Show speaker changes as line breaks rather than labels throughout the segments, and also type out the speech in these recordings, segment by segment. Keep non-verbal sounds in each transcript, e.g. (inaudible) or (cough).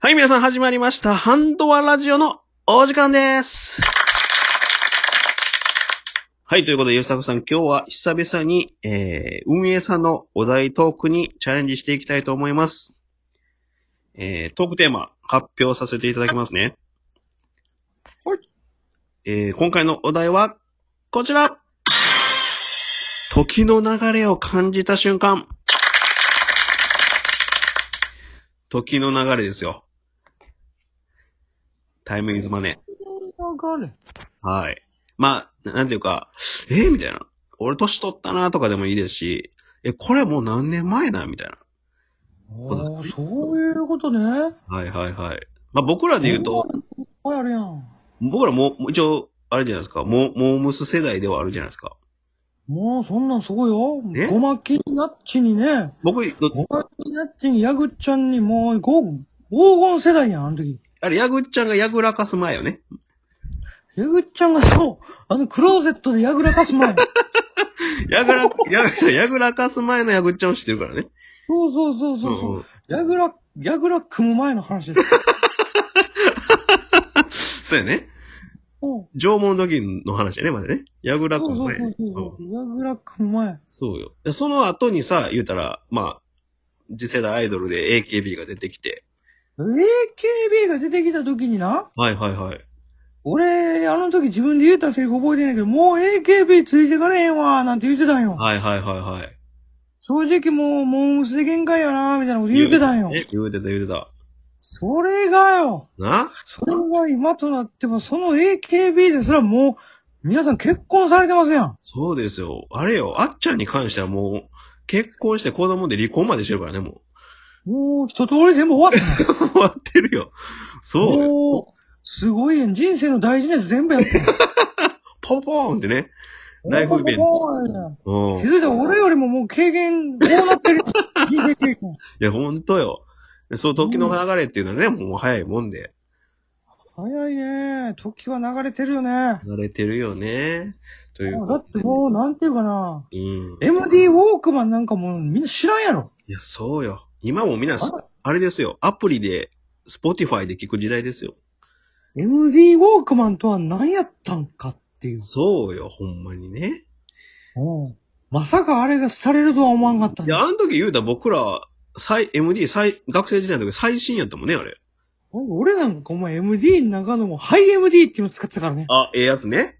はい、皆さん始まりました。ハンドワラジオのお時間です。はい、ということで、ゆうさこさん、今日は久々に、えー、運営さんのお題トークにチャレンジしていきたいと思います。えー、トークテーマ、発表させていただきますね。
はい。
えー、今回のお題は、こちら時の流れを感じた瞬間。時の流れですよ。タイムイズマネー。
流れ。
はい。まあ、なんていうか、えー、みたいな。俺年取ったなとかでもいいですし、え、これもう何年前なみたいな。
おー、そういうことね。
はいはいはい。まあ僕らで言うと、
こうやるやん。
僕らも、もう一応、あれじゃないですか、モモームス世代ではあるじゃないですか。
もう、そんなんすごいよ。
え
ごまきになっちにね、
僕、ど
ごまきになっちに、やぐっちゃんに、もう、ご、黄金世代やん、あの時。
あれ、ヤグっちゃんがヤグらかす前よね。
やぐっちゃんがそう、あのクローゼットでやぐらかす (laughs) 前。
ヤグら、ヤグヤグらかす前のヤグっちゃんを知ってるからね。
そうそうそうそうそう、
うんうん
やぐら、やぐら組む前の話 (laughs) です。
そうやね。
うん
縄文時の話やね、まだね。ヤグらか
そ
す
うそう
前
そう
ね。
そうう。やぐら組む前。
そうよ。でその後にさ、言うたら、まあ、次世代アイドルで AKB が出てきて。
AKB が出てきた時にな、
はいはいはい。
俺、あの時自分で言ったセリフ覚えてないけど、もう AKB ついてかれへんわ、なんて言ってたんよ。
はいはいはいはい。
正直もう、もう薄で限界やな、みたいなこと言ってたんよ。
ね言うてた言うてた。
それがよ、
な
それが今となっても、その AKB ですらもう、皆さん結婚されてますやん。
そうですよ。あれよ、あっちゃんに関してはもう、結婚して子供で離婚までしてるからね、も
もう一通り全部終わった
う。 (laughs) 終わってるよ。
の。
そうよ。
もう、すごいやん。人生の大事なやつ全部やったの
ポンポーンってね。 (laughs) ライフイベント
もうやん
うん。
気
い
づいたら俺よりももう経験、こうなってる。 (laughs) 人生経験。
や、ほんとよ。そう、時の流れっていうのはね、もう早いもんで。
早いね。時は流れてるよね。
流れてるよね。という
だ
こ
って
とで。
もう、なんていうかな。
うん。
MD ウォークマンなんかもうみんな知らんやろ。
いや、そうよ。今もみんな、あれですよ。アプリで、スポティファイで聞く時代ですよ。
MD ウォークマンとは何やったんかっていう。
そうよ、ほんまにね。
うんまさかあれが廃れるとは思わんかった
いや、
ね。
あの時言うたら僕ら、最、MD、最、学生時代の時最新やったもんね、あれ。
俺なんかお前 MD の中のもハイ MD っていうの使ってたからね。
あ、ええやつね。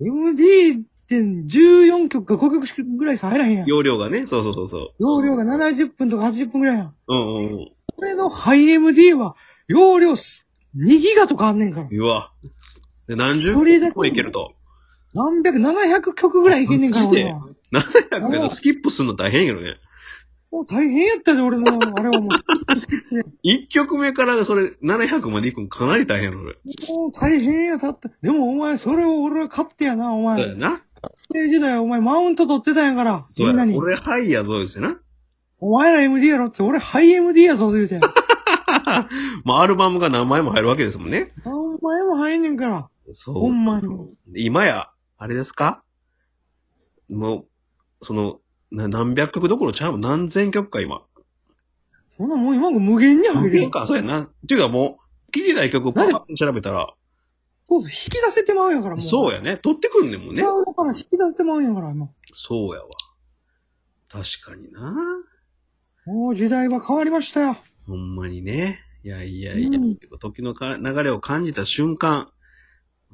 MD って14曲か5曲ぐらいしか入らへんやん。
容量がね。そうそうそうそう。
容量が70分とか80分ぐらいやん。
うんうんうん。
これのハイ MD は容量す2ギガとかあんねんから。
うわ。で何十
それだけ
個もいけると。
何百、700曲ぐらいいけんねんから、
マジで
俺は。
だけど、スキップするの大変やけどね。
もう大変やったで、俺の、あれはも
(laughs)
う。
1曲目からそれ700までいくのかなり大変やろ、それ。
もう大変や、だって。でもお前、それを俺は勝ってやな、お
そうや
前。
な。
ステージだよ、お前、マウント取ってたんやから。
そう
みん
や
な
な。
に。
俺、はいやぞ、ですよな。
お前ら MD やろって、俺、ハイ MD やぞ、言うてん。
まあ、アルバムが何枚も入るわけですもんね。
お前も入んねんから。
そう。
ほんまに。
今や、あれですかもう、その、な何百曲どころちゃうもん何千曲か、今。
そんなもう今も無限に入
何
るやん
曲。か、そうやな。っていうかもう、聞きたい曲をパッと調べたら、
そうそう、引き出せてまうんやから、もう。
そう
や。
やね。取ってくんねんもんね。
だから引き出せてまうんやから、今。
そうやわ。確かにな。
もう時代は変わりましたよ。
ほんまにね。いやいやいや、
うん
時のか流れを感じた瞬間。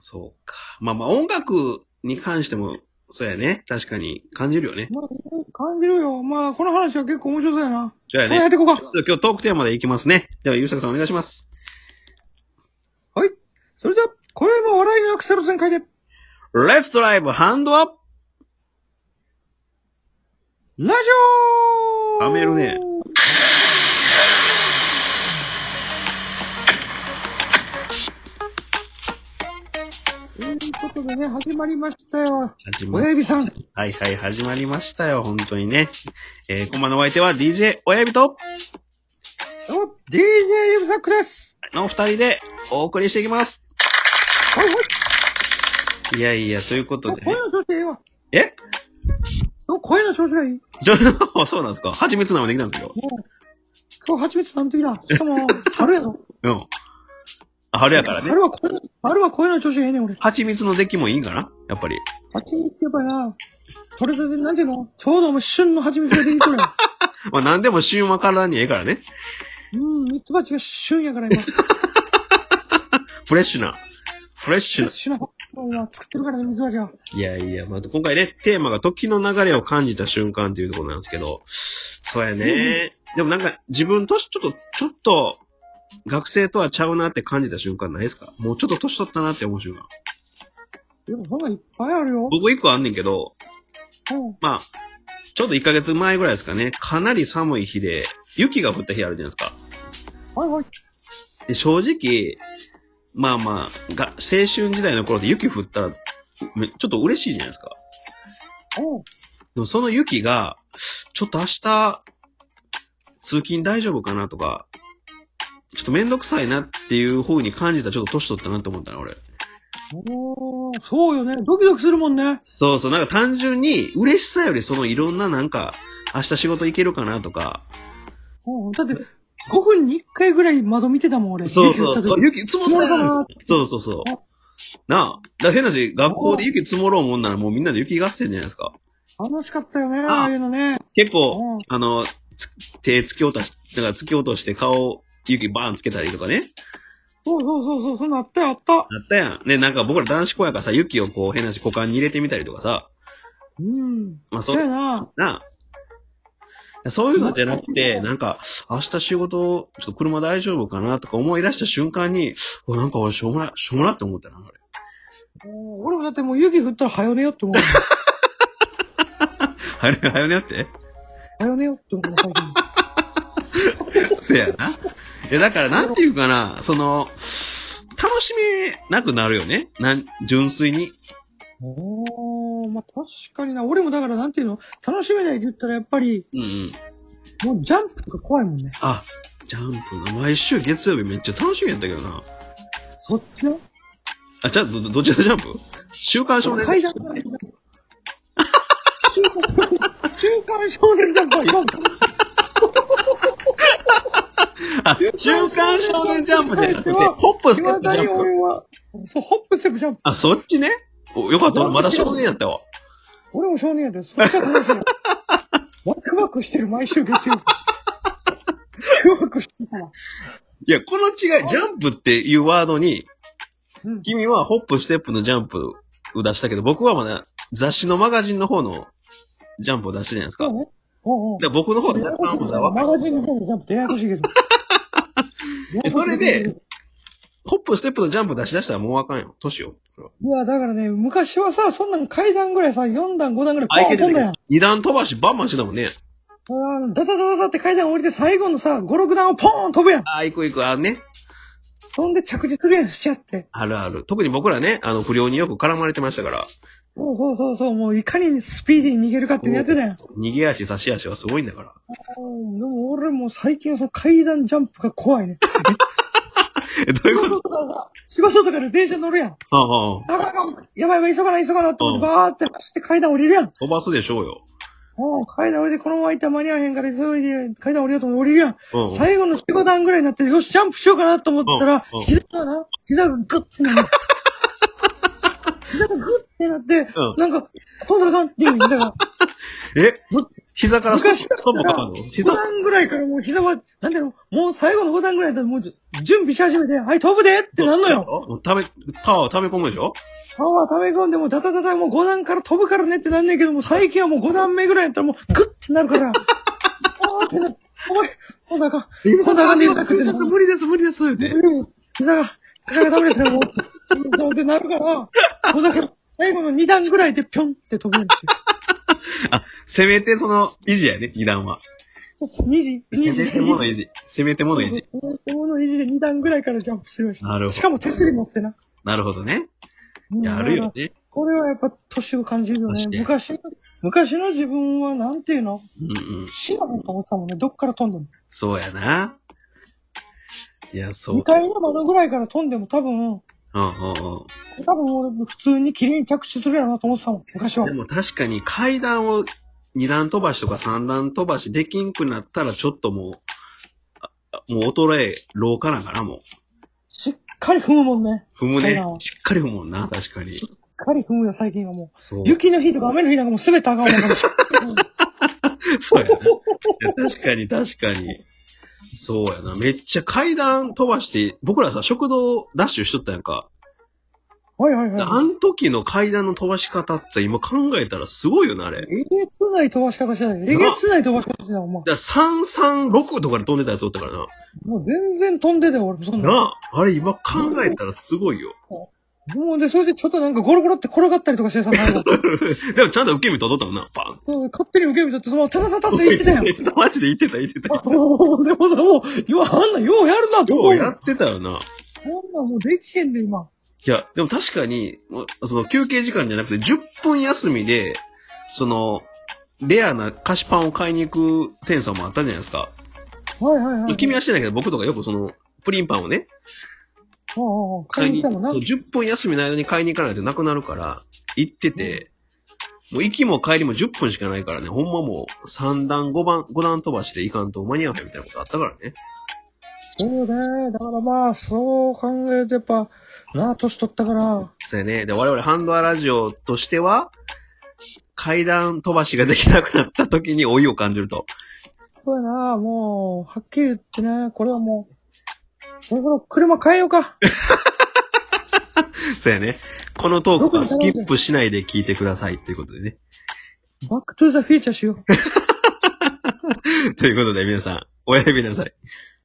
そうか。まあまあ音楽に関しても、そうやね。確かに感じるよね。
まあ、感じるよ。まあ、この話は結構面白そうやな。
じゃあ
これや
ね
っ。てこうか。
今日トークテーマでいきますね。では、ゆうさくさんお願いします。
それでは、今宵も笑いのアクセル全開で、
Let's drive hand up!
ラジオー
はめるね。
ということでね、始まりましたよ。
始ま
親指さん、
はいはい、始まりましたよ、本当にね。えー、コマのお相手は DJ 親指と、
どうも DJ 指サックです。
の二人でお送りしていきます。
はいはい。
いやいや、ということでね
声。の調子がいいわ。
え (laughs)
声の調子がいい。
ちょ、そうなんですか初めてなのできたんですけど。
もう、今日蜂蜜食べてきた。しかも、春やぞ。
うん。あ春やからね。
春は声、春は声の調子がええねん、俺。
蜂蜜の出来もいいんかなやっぱり。
蜂蜜やっぱりな、取れたて、なんていうのちょうどもう旬の蜂蜜が出てくるや
まあ何でも旬は体にええからね。
ん。うん、蜜蜂が旬やから今。
フレッシュな。フレッシュな。
旬の今作ってるからね、蜜蜂は。
いやいや、まあ、今回ね、テーマが時の流れを感じた瞬間っていうところなんですけど、そうやね。でもなんか自分年ちょっと、ちょっと、学生とはちゃうなって感じた瞬間ないですかもうちょっと年取ったなって思う瞬間。
でもそんなんいっぱいあるよ。
僕一個あんねんけど、
うん。
まあ、ちょっと1ヶ月前ぐらいですかね、かなり寒い日で、雪が降った日あるじゃないですか。
はいはい。
で、正直、まあまあ、が、青春時代の頃で雪降ったら、めちょっと嬉しいじゃないですか。
おう
でもその雪が、ちょっと明日、通勤大丈夫かなとか、ちょっとめんどくさいなっていう風に感じたらちょっと年取ったなと思ったな、俺。
おーそうよね。ドキドキするもんね。
そうそう、なんか単純に嬉しさよりそのいろんななんか、明日仕事行けるかなとか、
うん。だって、5分に1回ぐらい窓見てたもん、俺。
そうそう、 (laughs)
雪降った
そう
時
雪積もった
積もるかな
そうそうそう。なあ、だから変な話、学校で雪積もろうもんならもうみんなで雪合戦じゃないですか。
楽しかったよね、
あ
ああいうのね。
結構、
うん
あの、つ手突き落とし、だから突き落として顔、雪バーンつけたりとかね。
そうそうそうそう、そんなあったよ、あった。
あったやん。ね、なんか僕ら男子校やからさ、雪をこう変な話股間に入れてみたりとかさ、
うん。
まあそ
そうや
う、
な。
なあ。そういうのじゃなくて、なんか、明日仕事、ちょっと車大丈夫かなとか思い出した瞬間に、うわなんか俺しょうもない、しょうもないって思ったな、俺。
もう俺もだってもう雪降ったら早寝よって思う。
(laughs) はよね、はよねって。
早寝よって思う、最近。
せやな。いや、だからなんていうかな、その、楽しめなくなるよね。なん、純粋に。
おー、まあ、確かにな。俺もだからなんていうの楽しめないって言ったらやっぱり、
うんうん。
もうジャンプとか怖いもんね。
あ、ジャンプな。毎週月曜日めっちゃ楽しみやったけどな。
そっちの
あ、じゃあ、ど、どっちのジャンプ週刊少年
階段から。週刊週刊少年ジャンプは今
あ、 (laughs) 中間少年ジャンプじゃ
(laughs)
なくて、ホップステップジ
だ
ャ
に
ンプ。
俺は、そう、ホップステップジャンプ。
あ、そっちね。およかった、俺まだ少年やったわ。
俺も少年やで、そっちは楽しいの。ワクワクしてる、毎週月曜日。ワクワクしてるから。
いや、この違い、ジャンプっていうワードに、
うん。
君はホップステップのジャンプを出したけど、僕はまだ雑誌のマガジンの方のジャンプを出したじゃないですか。
そう
だか
ね。おうおう。
ら僕の方でやったのまだわかる
マガジンみたいなジャンプってややこしいけど。
えそれで、ホップステップのジャンプ出し出したらもうわかんよ。年よ。それはい
や、だからね、昔はさ、そんなん階段ぐらいさ、4段、5段ぐらい、
あ、いけて
飛
る
んだやん。
二段飛ばしバンバンしてたもんね。
あのダダダダダって階段降りて、最後のさ、5、6段をポーン飛ぶやん。
あ、行く行く、あね。
そんで着地するやん、しちゃって。
あるある。特に僕らね、あの、不良によく絡まれてましたから。
そうそうそう、そうもういかにスピーディーに逃げるかっていうのやってたやん。
逃げ足差し足はすごいんだから。
うんでも俺も最近はその階段ジャンプが怖いね。
え、どういう
仕
こ
事とかが、仕事とかで電車乗るやん。
と (laughs) ああ、
あかんあかんやばいやばい、急がない急がなって思ってバーって走って階段降りるやん。
飛ばすでしょうよ。
もう階段降りてこのまま行ったら間に合わへんから急いで階段降りようと思って降りるやん。
うん。
最後の4、5段ぐらいになって、よし、ジャンプしようかなと思ったら
うんうん、
膝がな、膝がグッ
(laughs)
てなる。膝がグッてなって
うん、
なんか、飛んだらあかんっていう膝が。
え膝からストップ、
昔だったら
ストップかかるの
5
膝、
段ぐらいからもう膝は、なんていうの、もう最後の5段ぐらいだともうじ準備し始めて、はい、飛ぶでってなんのよ。
もうため、パワーを溜め込むでしょ
パワー溜め込んでもうダダダダもう5段から飛ぶからねってなんねんけども、最近はもう5段目ぐらいやったらもうグッてなるから。おーってなる。おい、ほんだか。ほんだかねんだけど。
無理です、無理です、って。
うん膝が、膝がダメですね、もう。そうってなるから、もうだから、最後の2段ぐらいでぴょんって飛ぶんですよ。
せめてその維持やね、二段は。
そう2時、
せ
2
め
時。
てもの維持。せめてもの維持。
この維持で2段ぐらいからジャンプしてました。
なるほど
しかも手すり持ってな。
なるほどね。
うん
やるよ。ね。
これはやっぱ年を感じるよね
確。かに
昔の、昔の自分はなんていうの
うんうん。
知らんと思ってたもんね。どっから飛んでも。
そうやな。いや、そう。う
2
ん
階の窓ぐらいから飛んでも多分、
うんうん。
多分俺普通に綺麗に着地するやろうなと思ってたもん。昔は
で。も確かに階段を二段飛ばしとか三段飛ばしできんくなったらちょっともう、もう衰え、老化なんかな、も
しっかり踏むもんね。
う。踏むね
そうな。の
しっかり踏むもんな、確かに。
しっかり踏むよ、最近はも
そう
う。。雪の日とか雨の日なんかもう滑ったらあかんもんね
(laughs) そうやな。いや確かに、確かに。そうやな。めっちゃ階段飛ばして、僕らさ、食堂ダッシュしとったやんか。
はいはい
あ
はい。
ん時の階段の飛ばし方って今考えたらすごいよな、あれ。だか
えげつない飛ばし方してない。えげつない飛ばし方してない、お前。
ら336とかで飛んでたやつおったからな。
もう全然飛んでたよ、俺もそんな。
なあ、あれ今考えたらすごいよ。
もうで、それでちょっとなんかゴロゴロって転がったりとかしてさ、最後
(laughs) でもちゃんと受け身取っとったもんな、パン。
そう勝手に受け身取って、そのままタタタタって言ってたやん。
(laughs) マジで言ってた、言ってた。
もう、でも、でも、よう、あんなんようやるな、と
よ
思う
う
よ。
やってたよな。
そんなんもうできへんで、今。
いや、でも確かに、その休憩時間じゃなくて、10分休みで、その、レアな菓子パンを買いに行くセンサーもあったじゃないですか。
はいはいはい。
君はしてないけど、僕とかよくその、プリンパンをね、
うんうん、
買
買
いに
いに
そ
行った
う
もんな。
10分休みの間に買いに行かないとなくなるから、行ってて、もう行きも帰りも10分しかないからね、ほんまもう3段5番、5段飛ばして行かんと間に合わへんみたいなことあったからね。
そうね。だからまあ、そう考えるとやっぱ、なあ、年取ったから。
そうやね。で、我々ハンドアラジオとしては、階段飛ばしができなくなった時に老いを感じると。
そうやな、もう、はっきり言ってね、これはもう、そろそろ車変えようか。
そうやね。このトークはスキップしないで聞いてくださいということでね。
バックトゥーザフィーチャーしよう。
ということで皆さん、おやすみなさい。